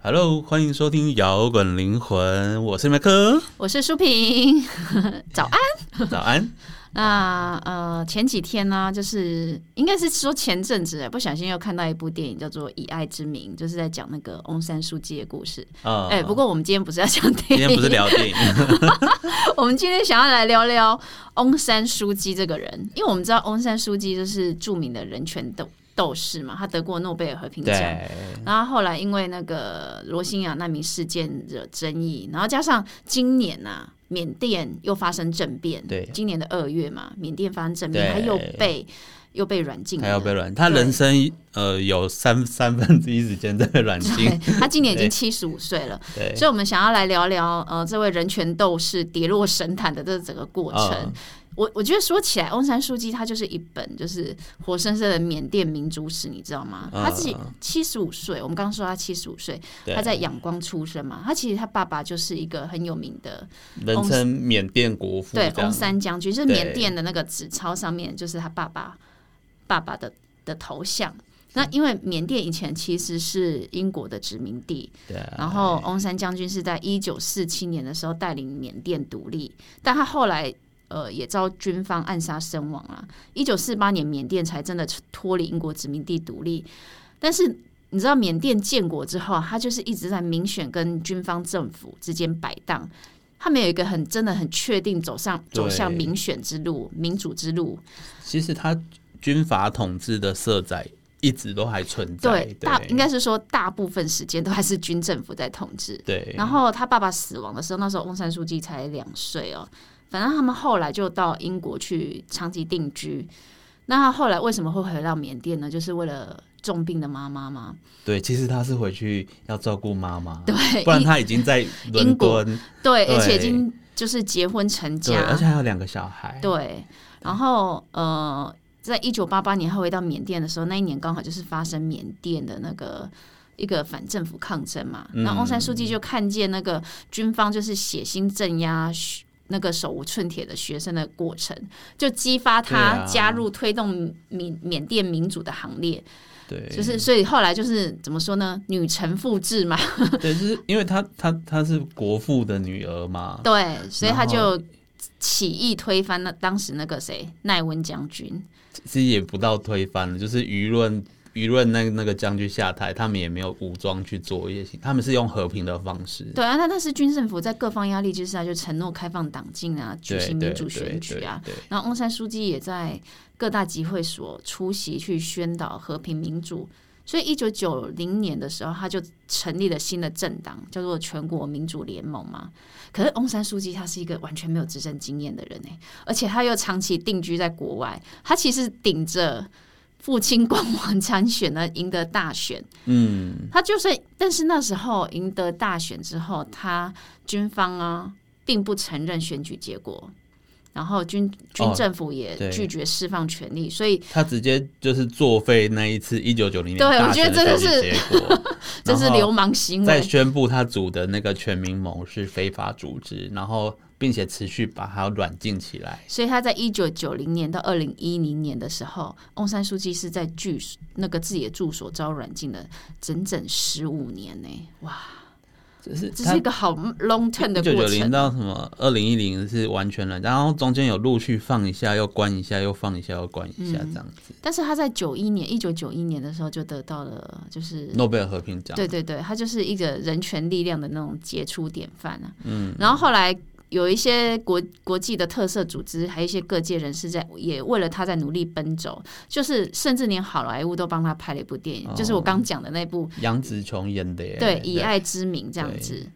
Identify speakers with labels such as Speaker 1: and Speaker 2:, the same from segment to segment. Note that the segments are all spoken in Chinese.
Speaker 1: Hello，欢迎收听摇滚灵魂，我是麦 克。
Speaker 2: 我是舒萍， 早安。
Speaker 1: 早安，
Speaker 2: 那呃，前几天呢、就是应该是说前阵子，不小心又看到一部电影叫做《以爱之名》，就是在讲那个翁山书记的故事。
Speaker 1: 啊、
Speaker 2: 哎、不过我们今天不是要讲
Speaker 1: 今
Speaker 2: 电影，
Speaker 1: 天不是聊电影，
Speaker 2: 我们今天想要来聊聊翁山书记这个人，因为我们知道翁山书记就是著名的人权斗斗士嘛，他得过诺贝尔和平奖。
Speaker 1: 对，
Speaker 2: 然后后来因为那个罗兴亚难民事件惹争议，然后加上今年呐、啊，缅甸又发生政变，
Speaker 1: 对
Speaker 2: 今年的二月嘛，缅甸发生政
Speaker 1: 对
Speaker 2: 变，他又被又被软禁了，
Speaker 1: 他要被软，他
Speaker 2: 对
Speaker 1: 人生呃有三三分之一时间在被软禁，
Speaker 2: 对， 他今年已
Speaker 1: 对
Speaker 2: 经七十五岁了，
Speaker 1: 对，
Speaker 2: 所以我们想要来聊聊呃，这位人权斗士跌落神坛的这整个过程。
Speaker 1: 嗯
Speaker 2: 我我觉得说起来，翁山书记他就是一本就是活生生的缅甸民族史，你知道吗？
Speaker 1: 嗯
Speaker 2: 他自己七十五岁，我们刚刚说他七十五岁，
Speaker 1: 对
Speaker 2: 他在仰光出生嘛。他其实他爸爸就是一个很有名的，
Speaker 1: 人称缅甸国父，
Speaker 2: 对
Speaker 1: 这
Speaker 2: 翁
Speaker 1: 样，
Speaker 2: 山将军，就是
Speaker 1: 对
Speaker 2: 缅甸的那个纸钞上面就是他爸爸爸爸的的头像。
Speaker 1: 嗯
Speaker 2: 那因为缅甸以前其实是英国的殖民地，
Speaker 1: 对啊，
Speaker 2: 然后翁山将军是在一九四七年的时候带领缅甸独立，但他后来呃也遭军方暗杀身亡了。一九四八年缅甸才真的脱离英国殖民地独立，但是。你知道缅甸建国之后啊，他就是一直在民选跟军方政府之间摆荡，他没有一个很真的很确定走上走向
Speaker 1: 对
Speaker 2: 民选之路、民主之路。
Speaker 1: 其实他军阀统治的色彩一直都还存在，
Speaker 2: 对
Speaker 1: 对，，
Speaker 2: 大应该是说大部分时间都还是军政府在统治。
Speaker 1: 对，
Speaker 2: 然后他爸爸死亡的时候，那时候翁山书记才两岁哦。反正他们后来就到英国去长期定居。那他后来为什么会回到缅甸呢？就是为了重病的妈妈嘛。
Speaker 1: 对，其实他是回去要照顾妈妈，
Speaker 2: 对，
Speaker 1: 不然
Speaker 2: 一
Speaker 1: 他已经在伦
Speaker 2: 英国
Speaker 1: 敦，
Speaker 2: 对，
Speaker 1: 对
Speaker 2: 而且已经就是结婚成
Speaker 1: 对，而
Speaker 2: 家
Speaker 1: 且，还有两个小孩，
Speaker 2: 对。然后呃，在一九八八年他回到缅甸的时候，那一年刚好就是发生缅甸的那个。一个反政府抗争嘛，
Speaker 1: 嗯
Speaker 2: 那翁山书记就看见那个军方就是血腥镇压学那个手无寸铁的学生的过程，就激发
Speaker 1: 对
Speaker 2: 他
Speaker 1: 啊
Speaker 2: 加入推动缅缅甸民主的行列。
Speaker 1: 对，
Speaker 2: 就是所以后来就是怎么说呢，女臣复制嘛，
Speaker 1: 对，就是因为她她她是国父的女儿嘛，
Speaker 2: 对，所以他
Speaker 1: 啊然后
Speaker 2: 就起义推翻那当时那个谁奈温将军。
Speaker 1: 其实也不到推翻了，就是舆论舆论那那个将军下台，他们也没有武装去做一些行，他们是用和平的方式，
Speaker 2: 对啊，那但是军政府在各方压力之下，就承诺开放党禁啊，举
Speaker 1: 对
Speaker 2: 行民主选举啊，，
Speaker 1: 对对对
Speaker 2: 然后翁山书记也在各大集会所出席去宣导和平民主。所以，一九九零年的时候，他就成立了新的政党，叫做全国民主联盟嘛。可是，翁山书记他是一个完全没有执政经验的人哎，而且他又长期定居在国外，他其实顶着父亲光环参选呢，赢得大选。
Speaker 1: 对嗯，
Speaker 2: 他就是，但是那时候赢得大选之后，他军方啊并不承认选举结果，然后
Speaker 1: 哦
Speaker 2: 军军政府也
Speaker 1: 对
Speaker 2: 拒绝释放权利，所以
Speaker 1: 他直接就是作废那一次一九九零年
Speaker 2: 对
Speaker 1: 大
Speaker 2: 我觉得
Speaker 1: 选的
Speaker 2: 这
Speaker 1: 选
Speaker 2: 个
Speaker 1: 举结果，
Speaker 2: 这是
Speaker 1: 然后
Speaker 2: 流氓欸行
Speaker 1: 再
Speaker 2: 为。
Speaker 1: 宣布他组的那个全民盟是非法组织，然后并且持续把他软禁起来，
Speaker 2: 所以他在一九九零年到二零一零年的时候，翁山书记是在住那个自己的住所遭软禁了整整十五年呢、哇，
Speaker 1: 就是
Speaker 2: 这
Speaker 1: 他
Speaker 2: 是一个好 long term 的
Speaker 1: 一九
Speaker 2: 过
Speaker 1: 九零
Speaker 2: 程。啊
Speaker 1: 到什么二零一零是完全了，然后中间有陆续放一下，又关一下，又放一下，又关一下
Speaker 2: 嗯
Speaker 1: 这样子。
Speaker 2: 但是他在九一年，一九九一年的时候就得到了就是
Speaker 1: 诺贝尔和平奖，
Speaker 2: 对对对，他就是一个人权力量的那种杰出典范啊。嗯，然后后来有一些国国际的特色组织，还有一些各界人士在也为了他在努力奔走，就是甚至连好莱坞都帮他拍了一部电影，就是我刚讲的那部
Speaker 1: 杨紫琼演的耶。
Speaker 2: 对以爱之名这样子。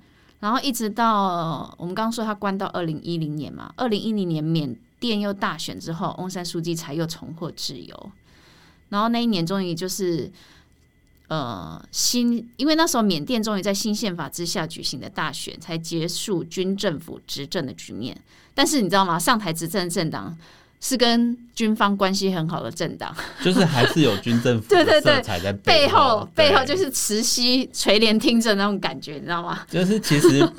Speaker 2: 然后一直到呃我们刚刚说他关到二零一零年嘛，二零一零年缅甸又大选之后，翁山书记才又重获自由。然后那一年终于就是，呃，新因为那时候缅甸终于在新宪法之下举行的大选，才结束军政府执政的局面。但是你知道吗？上台执政的政党是跟军方关系很好的政党，
Speaker 1: 就是还是有军政府
Speaker 2: 对
Speaker 1: 的
Speaker 2: 对对
Speaker 1: 色彩在
Speaker 2: 背
Speaker 1: 后
Speaker 2: 后，背后
Speaker 1: 对
Speaker 2: 就是慈禧垂帘听政那种感觉，你知道吗？
Speaker 1: 就是其 实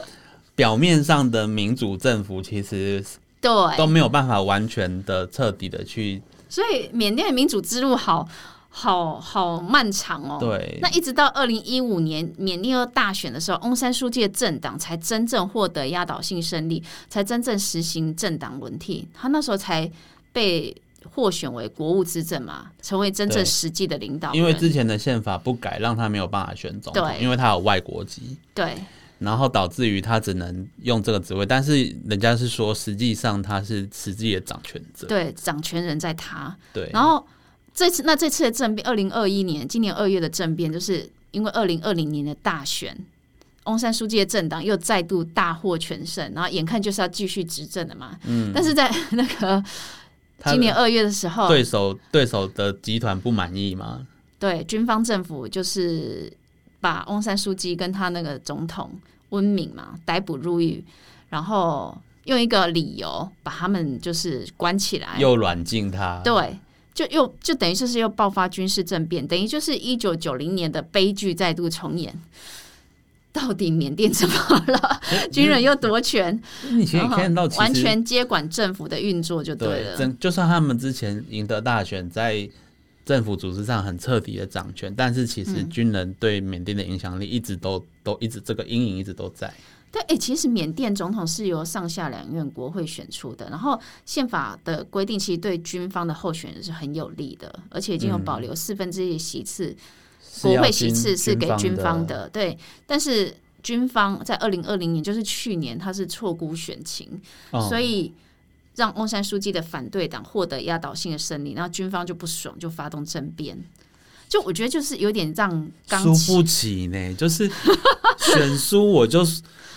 Speaker 1: 表面上的民主政府其实
Speaker 2: 对，
Speaker 1: 都没有办法完全的彻底的去
Speaker 2: 所以缅甸的民主之路好好好漫长哦。
Speaker 1: 对，
Speaker 2: 那一直到二零一五年缅甸又大选的时候，翁山书记的政党才真正获得压倒性胜利，才真正实行政党轮替。他那时候才被获选为国务资政嘛，成为真正
Speaker 1: 对
Speaker 2: 实际的领导人。
Speaker 1: 因为之前的宪法不改，让他没有办法选总统
Speaker 2: 对，
Speaker 1: 因为他有外国籍，
Speaker 2: 对
Speaker 1: 然后导致于他只能用这个职位。但是人家是说，实际上他是实际的掌权者，
Speaker 2: 对，掌权人在他。
Speaker 1: 对
Speaker 2: 然后这次那这次的政变，二零二一年今年二月的政变，就是因为二零二零年的大选，翁山书记的政党又再度大获全胜，然后眼看就是要继续执政了嘛。嗯，但是在那个
Speaker 1: 他的
Speaker 2: 今年哦二月的时候，
Speaker 1: 对手对手的集团不满意嘛，
Speaker 2: 对军方政府就是把翁山书记跟他那个总统温敏嘛逮捕入狱，然后用一个理由把他们就是关起来，
Speaker 1: 又软禁他，
Speaker 2: 对，就又就等于就是又爆发军事政变，等于就是一九九零年的悲剧再度重演。到底缅甸怎么了？军人又夺权，
Speaker 1: 嗯你其实
Speaker 2: 然后
Speaker 1: 看到其实
Speaker 2: 完全接管政府的运作就
Speaker 1: 对
Speaker 2: 了。
Speaker 1: 真就算他们之前赢得大选，在政府组织上很彻底的掌权，但是其
Speaker 2: 嗯
Speaker 1: 实军人对缅甸的影响力一直都、都一直这个阴影一直都在。
Speaker 2: 对，哎、其实缅甸总统是由上下两院国会选出的，然后宪法的规定其实对军方的候选人是很有利的，而且已经有
Speaker 1: 嗯
Speaker 2: 保留四分之一的席次，
Speaker 1: 是
Speaker 2: 国
Speaker 1: 要
Speaker 2: 会席
Speaker 1: 军
Speaker 2: 次是给军方
Speaker 1: 的，
Speaker 2: 的，对，但是。军方在二零二零年，就是去年，他是错估选情，
Speaker 1: 哦、
Speaker 2: 所以让翁山书记的反对党获得压倒性的胜利，然后军方就不爽，就发动政变。就我觉得就是有点让刚
Speaker 1: 输
Speaker 2: 起
Speaker 1: 不起呢，就是选输我就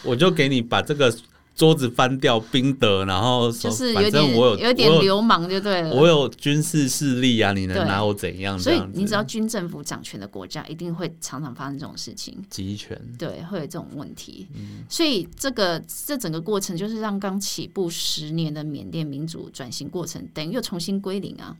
Speaker 1: 我就给你把这个桌子翻掉，冰得，然后说
Speaker 2: 就是有
Speaker 1: 反正
Speaker 2: 点
Speaker 1: 我有
Speaker 2: 有点
Speaker 1: 我有
Speaker 2: 流氓就对了。
Speaker 1: 我有军事势力啊，你能
Speaker 2: 对
Speaker 1: 拿我怎样？
Speaker 2: 所
Speaker 1: 这
Speaker 2: 以
Speaker 1: 样
Speaker 2: 你
Speaker 1: 子
Speaker 2: 只要军政府掌权的国家，一定会常常发生这种事情，
Speaker 1: 集权，
Speaker 2: 对，会有这种问题。所以这个这整个过程就是让刚起步十年的缅甸民主转型过程，等于又重新归零啊。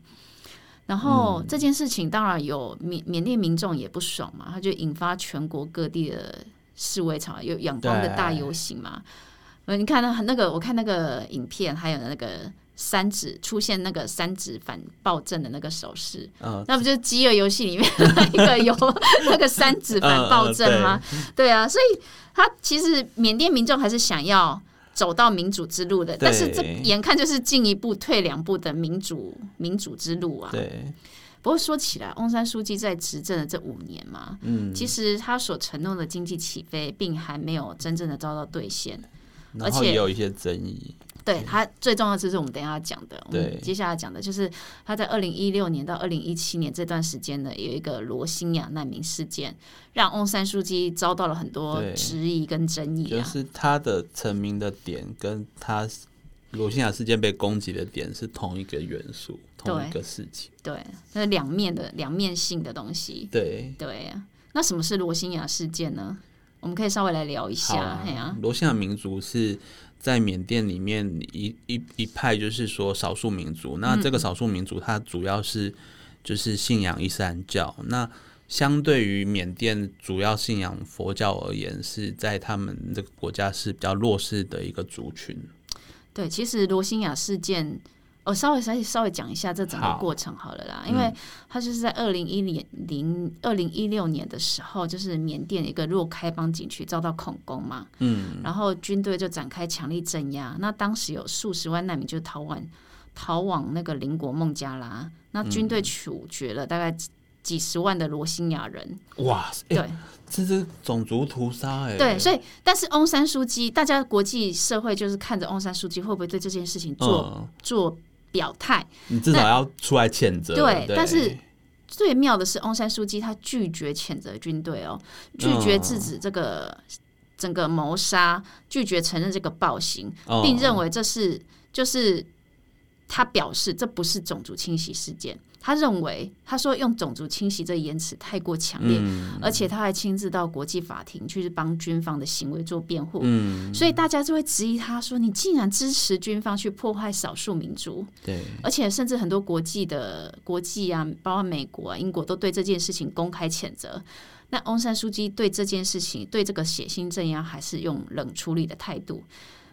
Speaker 2: 然后这件事情当然有缅缅甸民众也不爽嘛，他就引发全国各地的示威潮，有仰光的大游行嘛。呃，你看那那个，我看那个影片，还有那个三指出现那个三指反暴政的那个手势，
Speaker 1: 嗯，
Speaker 2: 那不就是《饥饿游戏》里面 那一个有那个三指
Speaker 1: 嗯
Speaker 2: 反暴政吗？对啊，所以他其实缅甸民众还是想要走到民主之路的，
Speaker 1: 对
Speaker 2: 但是这眼看就是进一步退两步的民主民主之路啊。
Speaker 1: 对，
Speaker 2: 不过说起来，翁山书记在执政的这五年嘛，
Speaker 1: 嗯，
Speaker 2: 其实他所承诺的经济起飞，并还没有真正的遭到兑现。
Speaker 1: 然后
Speaker 2: 而且
Speaker 1: 也有一些争议，
Speaker 2: 对他最重要的就是我们等一下要讲的，我
Speaker 1: 对
Speaker 2: 们接下来讲的就是他在二零一六年到二零一七年这段时间呢，有一个罗兴亚难民事件，让翁山书记遭到了很多
Speaker 1: 对
Speaker 2: 质疑跟争议
Speaker 1: 就
Speaker 2: 啊。
Speaker 1: 是他的成名的点跟他罗兴亚事件被攻击的点是同一个元素，同一个事情。
Speaker 2: 对，那两面的两面性的东西。
Speaker 1: 对，
Speaker 2: 对啊，那什么是罗兴亚事件呢？我们可以稍微来聊一
Speaker 1: 好
Speaker 2: 下
Speaker 1: 啊，
Speaker 2: 嘿啊，，
Speaker 1: 罗兴亚民族是在缅甸里面一一一派，就是说少数民族。那
Speaker 2: 嗯
Speaker 1: 这个少数民族，它主要是就是信仰伊斯兰教。那相对于缅甸主要信仰佛教而言，是在他们这个国家是比较弱势的一个族群。
Speaker 2: 对，其实罗兴亚事件，我、稍微稍微稍微讲一下这整个
Speaker 1: 好
Speaker 2: 过程好了啦，因为它就是在二零一零零二零一六年的时候，就是缅甸一个若开邦景区遭到恐攻嘛，嗯，然后军队就展开强力镇压，那当时有数十万难民就逃往逃往那个邻国孟加拉，那军队处决了大概几几十万的罗兴亚人，
Speaker 1: 哇，哎、
Speaker 2: 对。
Speaker 1: 这是种族屠杀、哎，
Speaker 2: 对，所以但是翁山书记，大家国际社会就是看着翁山书记会不会对这件事情做、
Speaker 1: 嗯，
Speaker 2: 做表态。
Speaker 1: 你至少要出来谴责。
Speaker 2: 对
Speaker 1: 对，
Speaker 2: 但是最妙的是，翁山书记他拒绝谴责军队哦，拒绝制止这个整个谋杀，拒绝承认这个暴行，
Speaker 1: 哦
Speaker 2: 并认为这是就是他表示这不是种族清洗事件。他认为，他说用种族清洗这言辞太过强烈，而且他还亲自到国际法庭去帮军方的行为做辩护，所以大家就会质疑他说：“你竟然支持军方去破坏少数民族。”
Speaker 1: 对
Speaker 2: 而且甚至很多国际的国际啊，包括美国、啊、英国都对这件事情公开谴责。那翁山书记对这件事情，对这个血腥镇压，还是用冷处理的态度。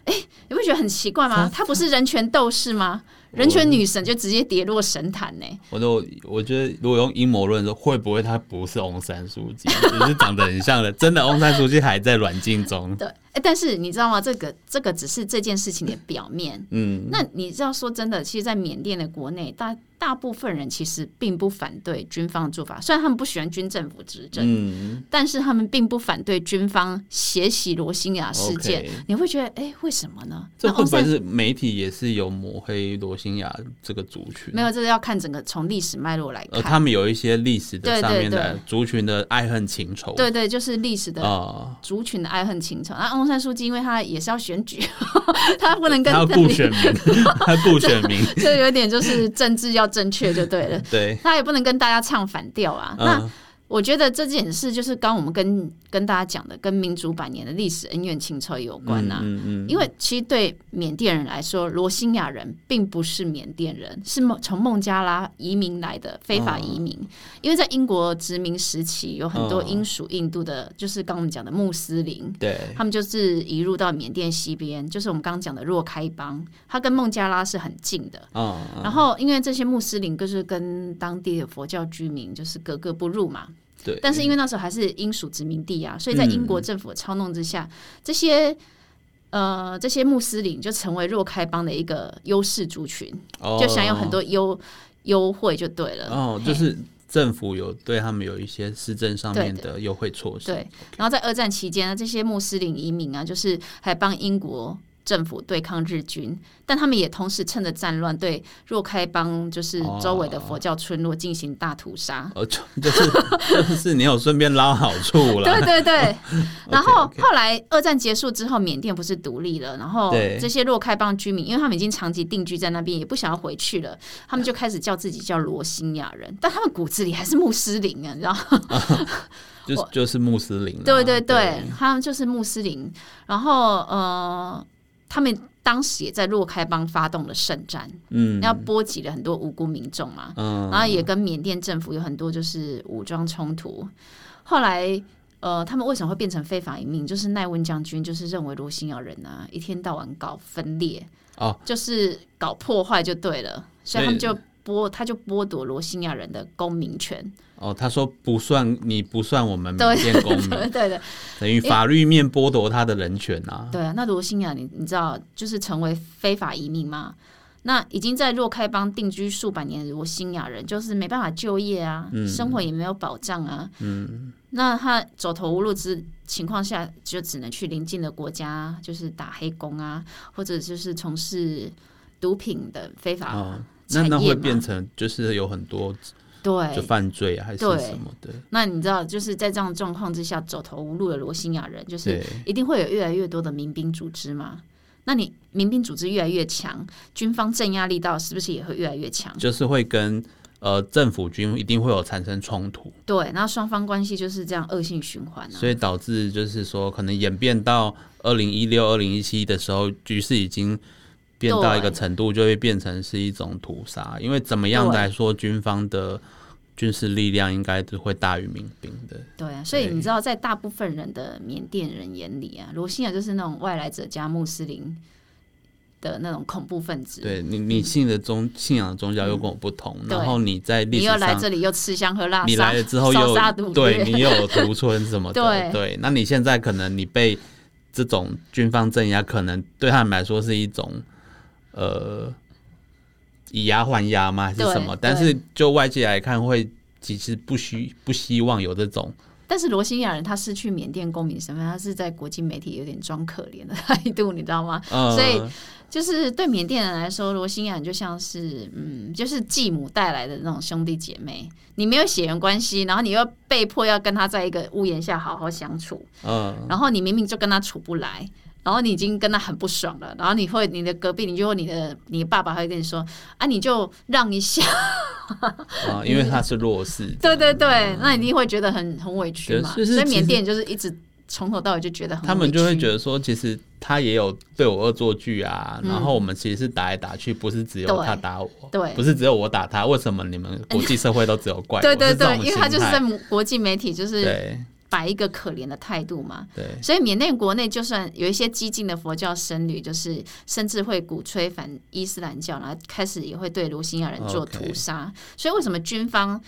Speaker 2: 哎，你不觉得很奇怪吗？他不是人权斗士吗？人权女神就直接跌落神坛呢、
Speaker 1: 我都我觉得，如果用阴谋论说，会不会他不是翁山书记， 只是长得很像的？真的，翁山书记还在软禁中。
Speaker 2: 对，哎，但是你知道吗？这个这个只是这件事情的表面。
Speaker 1: 嗯，
Speaker 2: 那你知道说真的，其实，在缅甸的国内，大大部分人其实并不反对军方的做法，虽然他们不喜欢军政府执政，
Speaker 1: 嗯，
Speaker 2: 但是他们并不反对军方血洗罗兴亚事件。
Speaker 1: OK
Speaker 2: 你会觉得，哎，为什么呢？
Speaker 1: 这
Speaker 2: 那
Speaker 1: 会
Speaker 2: 翁
Speaker 1: 不会
Speaker 2: 山
Speaker 1: 是媒体也是有抹黑罗兴亚这个族群？
Speaker 2: 没有，这个要看整个从历史脉络来
Speaker 1: 呃，
Speaker 2: 看。
Speaker 1: 他们有一些历史的
Speaker 2: 对
Speaker 1: 上
Speaker 2: 对
Speaker 1: 面的
Speaker 2: 对
Speaker 1: 族群的爱恨情仇。
Speaker 2: 对对，就是历史的
Speaker 1: 啊，
Speaker 2: 族群的爱恨情仇。那翁山书记，因为他也是要选举， 他不能
Speaker 1: 他
Speaker 2: 跟
Speaker 1: 要
Speaker 2: 邓
Speaker 1: 顾
Speaker 2: 丽，
Speaker 1: 选民，他顾选民。
Speaker 2: 就有点就是政治要正确就对 了。
Speaker 1: 对，
Speaker 2: 他也不能跟大家唱反调啊。那
Speaker 1: 嗯，
Speaker 2: 我觉得这件事就是刚我们跟跟大家讲的，跟民主百年的历史恩怨情仇有关啊。
Speaker 1: 嗯嗯嗯，
Speaker 2: 因为其实对缅甸人来说，罗兴亚人并不是缅甸人，是孟从孟加拉移民来的非法
Speaker 1: 哦
Speaker 2: 移民。因为在英国殖民时期，有很多
Speaker 1: 嗯
Speaker 2: 英属印度的，就是刚我们讲的穆斯林，
Speaker 1: 对，
Speaker 2: 他们就是移入到缅甸西边，就是我们刚刚讲的若开邦，它跟孟加拉是很近的。
Speaker 1: 嗯
Speaker 2: 然后，因为这些穆斯林就是跟当地的佛教居民就是格格不入嘛，
Speaker 1: 对，嗯
Speaker 2: 但是因为那时候还是英属殖民地啊，所以在英国政府的操弄之下，这些呃这些穆斯林就成为若开邦的一个优势族群，就享有很多优优惠就对了。
Speaker 1: 哦，就
Speaker 2: 嘿
Speaker 1: 是政府有对他们有一些市政上
Speaker 2: 对
Speaker 1: 面的优惠措施。
Speaker 2: 对，然后在二战期间呢，这些穆斯林移民啊，就是还帮英国政府对抗日军，但他们也同时趁着战乱对若开邦就是
Speaker 1: 哦
Speaker 2: 周围的佛教村落进行大屠杀。
Speaker 1: 呃，就 就是就是你有顺便捞好处
Speaker 2: 对
Speaker 1: 啦。
Speaker 2: 对对，然
Speaker 1: OK，OK
Speaker 2: 后后来二战结束之后，缅甸不是独立了，然后
Speaker 1: 对
Speaker 2: 这些若开邦居民，因为他们已经长期定居在那边，也不想要回去了，他们就开始叫自己叫罗兴亚人，但他们骨子里还是穆斯林啊，你知道吗？
Speaker 1: 就是就是穆斯林啦。哦
Speaker 2: 对对对
Speaker 1: 对，，
Speaker 2: 他们就是穆斯林，然后呃，他们当时也在若开邦发动了圣战，
Speaker 1: 嗯
Speaker 2: 要波及了很多无辜民众嘛，
Speaker 1: 嗯，
Speaker 2: 然后也跟缅甸政府有很多就是武装冲突。后来呃，他们为什么会变成非法移民？就是奈温将军就是认为罗兴亚人啊，一天到晚搞分裂，
Speaker 1: 哦，
Speaker 2: 就是搞破坏就对了，所以他们
Speaker 1: 所
Speaker 2: 就剥他就剥夺罗兴亚人的公民权，
Speaker 1: 哦，他说不算你不算我们
Speaker 2: 对
Speaker 1: 缅甸公民，
Speaker 2: 对对对。
Speaker 1: 等于法律面剥夺他的人权啊。
Speaker 2: 对啊，那罗兴亚你你知道就是成为非法移民嘛？那已经在若开邦定居数百年的罗兴亚人，就是没办法就业啊，
Speaker 1: 嗯
Speaker 2: 生活也没有保障啊。嗯， 那他走投无路之情况下，就只能去邻近的国家，就是打黑工啊，或者就是从事毒品的非法
Speaker 1: 哦，那
Speaker 2: 产业嘛。
Speaker 1: 那会变成就是有很多就
Speaker 2: 对，
Speaker 1: 犯罪啊还是
Speaker 2: 对
Speaker 1: 什么的，
Speaker 2: 那你知道就是在这样的状况之下，走投无路的罗兴亚人，就是
Speaker 1: 对，
Speaker 2: 一定会有越来越多的民兵组织嘛。那你民兵组织越来越强，军方镇压力道是不是也会越来越强？
Speaker 1: 就是会跟呃政府军一定会有产生冲突。
Speaker 2: 对，然后双方关系就是这样恶性循环啊。
Speaker 1: 所以导致就是说，可能演变到二零一六、二零一七的时候，局势已经变到一个程度，就会变成是一种屠杀。因为怎么样
Speaker 2: 对
Speaker 1: 来说，军方的军事力量应该是会大于民兵的。
Speaker 2: 对啊，所以
Speaker 1: 对
Speaker 2: 你知道，在大部分人的缅甸人眼里啊，罗兴亚就是那种外来者加穆斯林的那种恐怖分子。
Speaker 1: 对你，你信的宗信仰的宗教又跟我不同，
Speaker 2: 嗯对
Speaker 1: 然后你在历
Speaker 2: 你
Speaker 1: 史
Speaker 2: 又来
Speaker 1: 上。
Speaker 2: 这里又吃香喝辣，
Speaker 1: 你来了之后
Speaker 2: 啊烧
Speaker 1: 又
Speaker 2: 烧杀掳掠
Speaker 1: 对你又有屠村什么的，
Speaker 2: 对
Speaker 1: 对，那你现在可能你被这种军方镇压，可能对他们来说是一种呃以牙还牙吗？还是
Speaker 2: 对
Speaker 1: 什么？
Speaker 2: 对
Speaker 1: 但是就外界来看，会其实不希不希望有这种
Speaker 2: 但是罗兴亚人他失去缅甸公民身份，他是在国际媒体有点装可怜的态度，你知道吗？
Speaker 1: 呃，
Speaker 2: 所以就是对缅甸人来说，罗兴亚人就像是嗯，就是继母带来的那种兄弟姐妹。你没有血缘关系，然后你又被迫要跟他在一个屋檐下好好相处，
Speaker 1: 呃，
Speaker 2: 然后你明明就跟他处不来，然后你已经跟他很不爽了，然后你会你的隔壁邻居或你的你的爸爸会跟你说啊，你就让一下，
Speaker 1: 啊因为他是弱势，
Speaker 2: 对对对，那你一定会觉得很很委屈嘛。
Speaker 1: 嗯就是
Speaker 2: 所以缅
Speaker 1: 其实
Speaker 2: 甸人就是一直从头到尾就觉得很委屈，
Speaker 1: 他们就会觉得说，其实他也有对我恶作剧啊，然后我们其实是打来打去，不是只有
Speaker 2: 嗯对
Speaker 1: 他打我，
Speaker 2: 对
Speaker 1: 不是只有我打 他，为什么你们国际社会都只有怪我？
Speaker 2: 对对
Speaker 1: 是这
Speaker 2: 对
Speaker 1: 种，
Speaker 2: 因为他
Speaker 1: 心
Speaker 2: 就是
Speaker 1: 态
Speaker 2: 在国际媒体就是
Speaker 1: 对
Speaker 2: 摆一个可怜的态度嘛。
Speaker 1: 对，
Speaker 2: 所以缅甸国内就算有一些激进的佛教僧侣，就是甚至会鼓吹反伊斯兰教，然后开始也会对卢辛亚人做
Speaker 1: OK
Speaker 2: 屠杀。所以为什么军方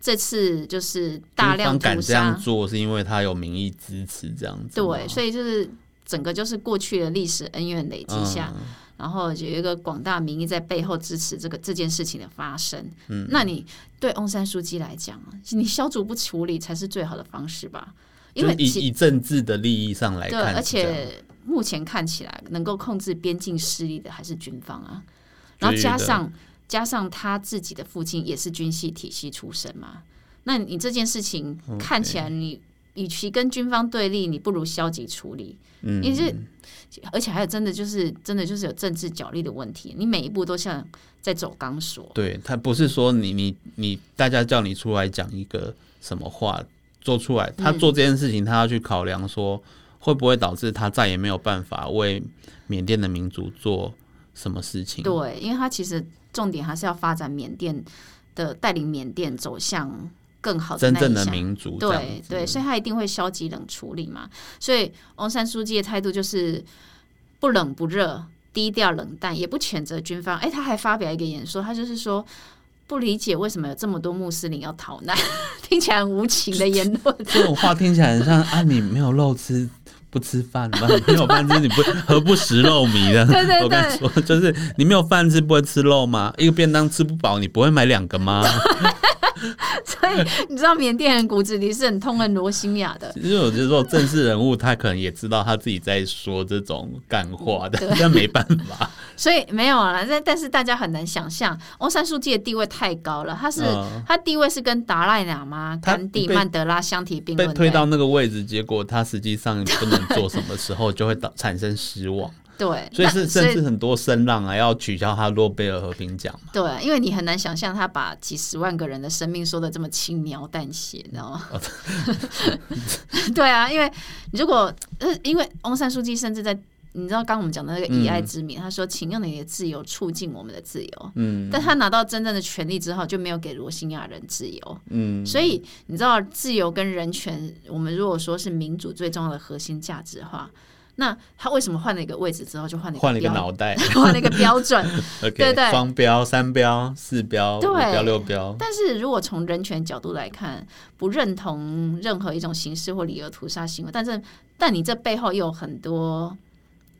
Speaker 2: 这次就是大
Speaker 1: 军方
Speaker 2: 量屠
Speaker 1: 敢这
Speaker 2: 杀
Speaker 1: 样？做，是因为他有民意支持这样子吗。
Speaker 2: 对，所以就是整个就是过去的历史恩怨累积下，
Speaker 1: 嗯
Speaker 2: 然后有一个广大民意在背后支持这个这件事情的发生。嗯，那你对翁山书记来讲，啊你消除不处理才是最好的方式吧？因为
Speaker 1: 就以
Speaker 2: 其
Speaker 1: 以政治的利益上来
Speaker 2: 对，
Speaker 1: 看
Speaker 2: 而
Speaker 1: 是这样，
Speaker 2: 且目前看起来能够控制边境势力的还是军方啊，
Speaker 1: 对
Speaker 2: 然后加上加上他自己的父亲也是军系体系出身嘛，那你这件事情看起来你。与其跟军方对立，你不如消极处理，
Speaker 1: 嗯，
Speaker 2: 因为这，而且还有真的就是真的就是有政治角力的问题，你每一步都像在走钢索，
Speaker 1: 对他不是说你你你大家叫你出来讲一个什么话做出来，
Speaker 2: 嗯
Speaker 1: 他做这件事情，他要去考量说会不会导致他再也没有办法为缅甸的民族做什么事情。
Speaker 2: 对，因为它其实重点还是要发展缅甸的，带领缅甸走向更好的
Speaker 1: 真
Speaker 2: 那一
Speaker 1: 正的
Speaker 2: 项
Speaker 1: 民族这样
Speaker 2: 对
Speaker 1: 子
Speaker 2: 对，所以他一定会消极冷处理嘛。所以翁山书记的态度就是不冷不热，低调冷淡，也不谴责军方。哎，他还发表一个演说，他就是说。不理解为什么有这么多穆斯林要逃难， 听起来很无情的言论。
Speaker 1: 这种话听起来很像啊，你没有肉吃。不吃饭吗？没有饭吃，你不何不食肉糜的？
Speaker 2: 对对
Speaker 1: 我跟你说，就是你没有饭吃，不会吃肉吗？一个便当吃不饱，你不会买两个 吗？
Speaker 2: 所以你知道缅甸人骨子里是很痛恨罗兴亚的，
Speaker 1: 其实我觉得说正式人物，他可能也知道他自己在说这种干话的，但没办法。
Speaker 2: 所以没有啊。但但是大家很难想象，翁山书记的地位太高了，他是、
Speaker 1: 嗯
Speaker 2: 他地位是跟达赖喇嘛、
Speaker 1: 他
Speaker 2: 甘地、
Speaker 1: 被
Speaker 2: 曼德拉相提并
Speaker 1: 被
Speaker 2: 论的。
Speaker 1: 推到那个位置，结果他实际上不能做什么时候，就会导产生失望。
Speaker 2: 对，
Speaker 1: 所以
Speaker 2: 那
Speaker 1: 是甚至很多声浪啊，要取消他诺贝尔和平奖嘛。
Speaker 2: 对，因为你很难想象他把几十万个人的生命说的这么轻描淡写，你知道 吗？对啊，因为如果呃，因为翁山书记甚至在你知道刚刚我们讲的那个
Speaker 1: 嗯
Speaker 2: 以爱之名，他说请用你的自由促进我们的自由，
Speaker 1: 嗯
Speaker 2: 但他拿到真正的权利之后，就没有给罗兴亚人自由。
Speaker 1: 嗯，
Speaker 2: 所以你知道，自由跟人权，我们如果说是民主最重要的核心价值的话，那他为什么换了一个位置之后就换了
Speaker 1: 换了一个
Speaker 2: 标
Speaker 1: 脑袋
Speaker 2: 换了一个标准？
Speaker 1: ，OK，
Speaker 2: 对对
Speaker 1: 双标、三标、四标、
Speaker 2: 对
Speaker 1: 五标、六标，
Speaker 2: 但是如果从人权角度来看，不认同任何一种形式或理由屠杀行为，但是但你这背后又有很多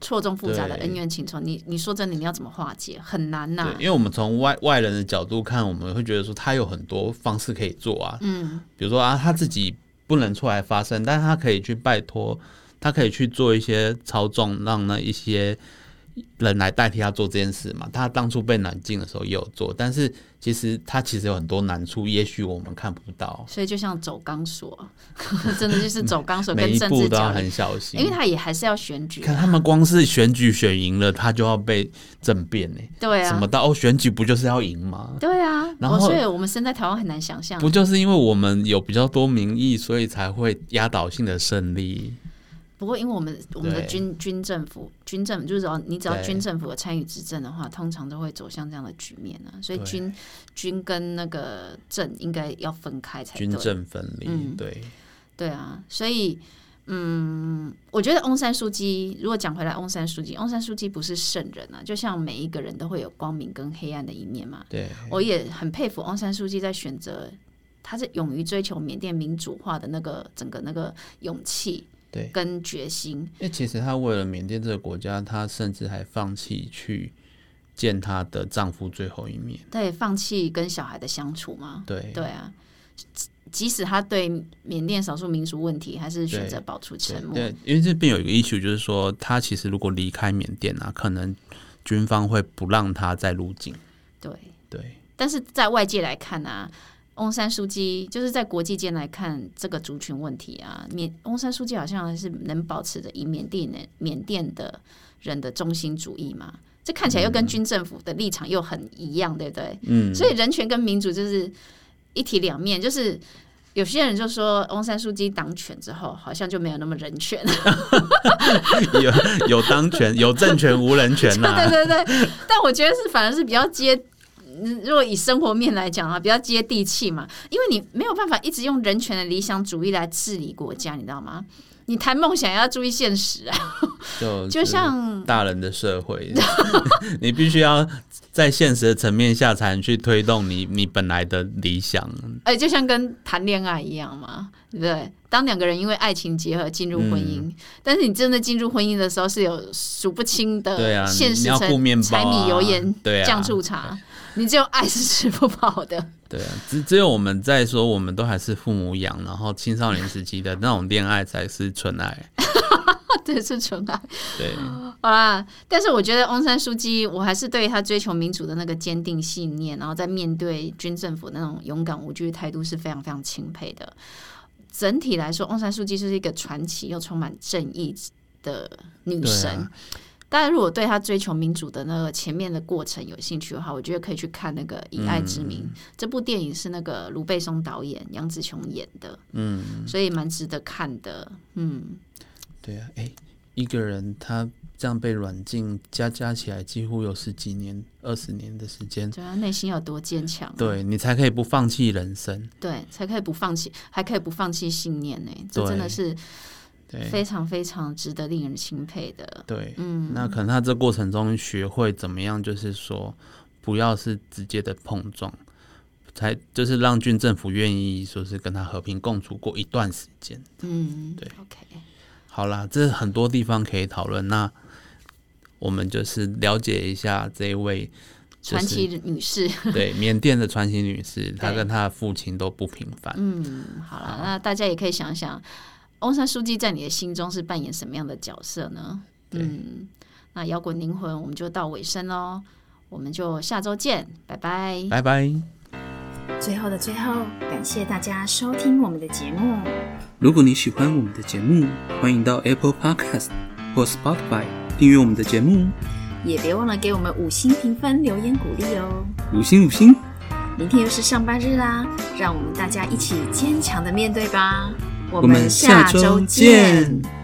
Speaker 2: 错综复杂的
Speaker 1: 对
Speaker 2: 恩怨情仇，你你说真的，你要怎么化解？很难呐、
Speaker 1: 对，因为我们从外外人的角度看，我们会觉得说他有很多方式可以做啊，
Speaker 2: 嗯，
Speaker 1: 比如说啊，他自己不能出来发声，但是他可以去拜托，他可以去做一些操纵，让那一些人来代替他做这件事嘛。他当初被软禁的时候也有做，但是其实他其实有很多难处，也许我们看不到，
Speaker 2: 所以就像走钢索， 真的就是走钢索
Speaker 1: 每
Speaker 2: 跟
Speaker 1: 一
Speaker 2: 政
Speaker 1: 步
Speaker 2: 治
Speaker 1: 都要
Speaker 2: 角力，
Speaker 1: 很小
Speaker 2: 因为
Speaker 1: 心。
Speaker 2: 他也还是要选举
Speaker 1: 看
Speaker 2: 啊，
Speaker 1: 他们光是选举选赢了，他就要被政变呢、
Speaker 2: 对
Speaker 1: 什
Speaker 2: 啊
Speaker 1: 么，到哦，选举不就是要赢吗？
Speaker 2: 对啊，
Speaker 1: 然
Speaker 2: 我
Speaker 1: 后
Speaker 2: 所以我们身在台湾很难想象
Speaker 1: 不，就是因为我们有比较多民意，所以才会压倒性的胜利？
Speaker 2: 不过，因为我们我们的
Speaker 1: 对
Speaker 2: 军军政府军政就是只要你只要
Speaker 1: 对
Speaker 2: 军政府有参与执政的话，通常都会走向这样的局面啊。所以
Speaker 1: 对
Speaker 2: 军军跟那个政应该要分开才
Speaker 1: 军
Speaker 2: 对。
Speaker 1: 政分离，
Speaker 2: 嗯
Speaker 1: 对。
Speaker 2: 对啊，所以嗯，我觉得翁山书记，如果讲回来，翁山书记，翁山书记不是圣人啊，就像每一个人都会有光明跟黑暗的一面嘛。
Speaker 1: 对，
Speaker 2: 我也很佩服翁山书记在选择，他是勇于追求缅甸民主化的那个整个那个勇气
Speaker 1: 对
Speaker 2: 跟决心。
Speaker 1: 因为其实她为了缅甸这个国家，她甚至还放弃去见她的丈夫最后一面。
Speaker 2: 对，放弃跟小孩的相处吗？
Speaker 1: 对，
Speaker 2: 对啊，即即使他对缅甸少数民族问题还是选择
Speaker 1: 对
Speaker 2: 保持
Speaker 1: 对
Speaker 2: 沉默。
Speaker 1: 对，因为这边有一个 issue，就是说她其实如果离开缅甸啊，可能军方会不让她再入境。
Speaker 2: 对
Speaker 1: 对，
Speaker 2: 但是在外界来看啊，翁山书记就是在国际间来看这个族群问题啊，缅翁山书记好像还是能保持着以缅甸人呃缅甸的人的中心主义嘛。这看起来又跟军政府的立场又很一样，对不对？
Speaker 1: 嗯，
Speaker 2: 所以人权跟民主就是一体两面，就是有些人就说翁山书记当权之后，好像就没有那么人权，
Speaker 1: 有 有当权，有政权无人权呐、
Speaker 2: 对对对。但我觉得是反而是比较接。嗯如果以生活面来讲啊，比较接地气嘛，因为你没有办法一直用人权的理想主义来治理国家，你知道吗？你谈梦想也要注意现实啊，
Speaker 1: 就
Speaker 2: 就像
Speaker 1: 大人的社会， 你必须要在现实的层面下才能去推动你你本来的理想。
Speaker 2: 哎、就像跟谈恋爱一样嘛，对不对？当两个人因为爱情结合进入婚姻，
Speaker 1: 嗯
Speaker 2: 但是你真的进入婚姻的时候是有数不清
Speaker 1: 对啊
Speaker 2: 的
Speaker 1: 你
Speaker 2: 现
Speaker 1: 你
Speaker 2: 实
Speaker 1: 要
Speaker 2: 层、
Speaker 1: 顾面包
Speaker 2: 柴米油
Speaker 1: 啊
Speaker 2: 盐、
Speaker 1: 对啊
Speaker 2: 酱醋茶，你只有爱是吃不饱的。
Speaker 1: 对啊，只只有我们在说，我们都还是父母养，然后青少年时期的那种恋爱才是纯爱。
Speaker 2: 这是纯爱
Speaker 1: 对，
Speaker 2: 好啦，但是我觉得翁山书记，我还是对他追求民主的那个坚定信念，然后在面对军政府那种勇敢无惧的态度是非常非常钦佩的。整体来说，翁山书记就是一个传奇又充满正义的女
Speaker 1: 对
Speaker 2: 神。
Speaker 1: 啊，
Speaker 2: 大家如果对她追求民主的那个前面的过程有兴趣的话，我觉得可以去看那个《以爱之
Speaker 1: 嗯
Speaker 2: 名》这部电影，是那个卢贝松导演、杨紫琼演的，嗯，所以蛮值得看的，嗯，
Speaker 1: 对啊，哎、一个人他这样被软禁，加加起来几乎有十几年、二十年的时间，
Speaker 2: 对她啊内心要有多坚强、啊，
Speaker 1: 对你才可以不放弃人生。
Speaker 2: 对，才可以不放弃，还可以不放弃信念呢、这
Speaker 1: 对
Speaker 2: 真的是
Speaker 1: 对
Speaker 2: 非常非常值得令人钦佩的。
Speaker 1: 对，嗯，那可能他这过程中学会怎么样，就是说不要是直接的碰撞，才就是让军政府愿意说是跟他和平共处过一段时间。
Speaker 2: 嗯，
Speaker 1: 对
Speaker 2: ，OK，
Speaker 1: 好啦，这很多地方可以讨论。那我们就是了解一下这一 位
Speaker 2: 传奇女士，
Speaker 1: 对缅甸的传奇女士，她
Speaker 2: 对
Speaker 1: 跟她的父亲都不平凡。
Speaker 2: 嗯，好了，那大家也可以想想，翁山书记在你的心中是扮演什么样的角色呢？
Speaker 1: 对
Speaker 2: 嗯，那摇滚灵魂我们就到尾声喽，我们就下周见，拜拜。
Speaker 1: 拜拜。
Speaker 3: 最后的最后，感谢大家收听我们的节目。
Speaker 4: 如果你喜欢我们的节目，欢迎到 Apple Podcast 或 Spotify 订阅我们的节目，
Speaker 3: 也别忘了给我们五星评分、留言鼓励哦。
Speaker 4: 五星五星。
Speaker 3: 明天又是上班日啦，让我们大家一起坚强的面对吧。我
Speaker 4: 我们
Speaker 3: 们下
Speaker 4: 下周
Speaker 3: 周见。
Speaker 4: 见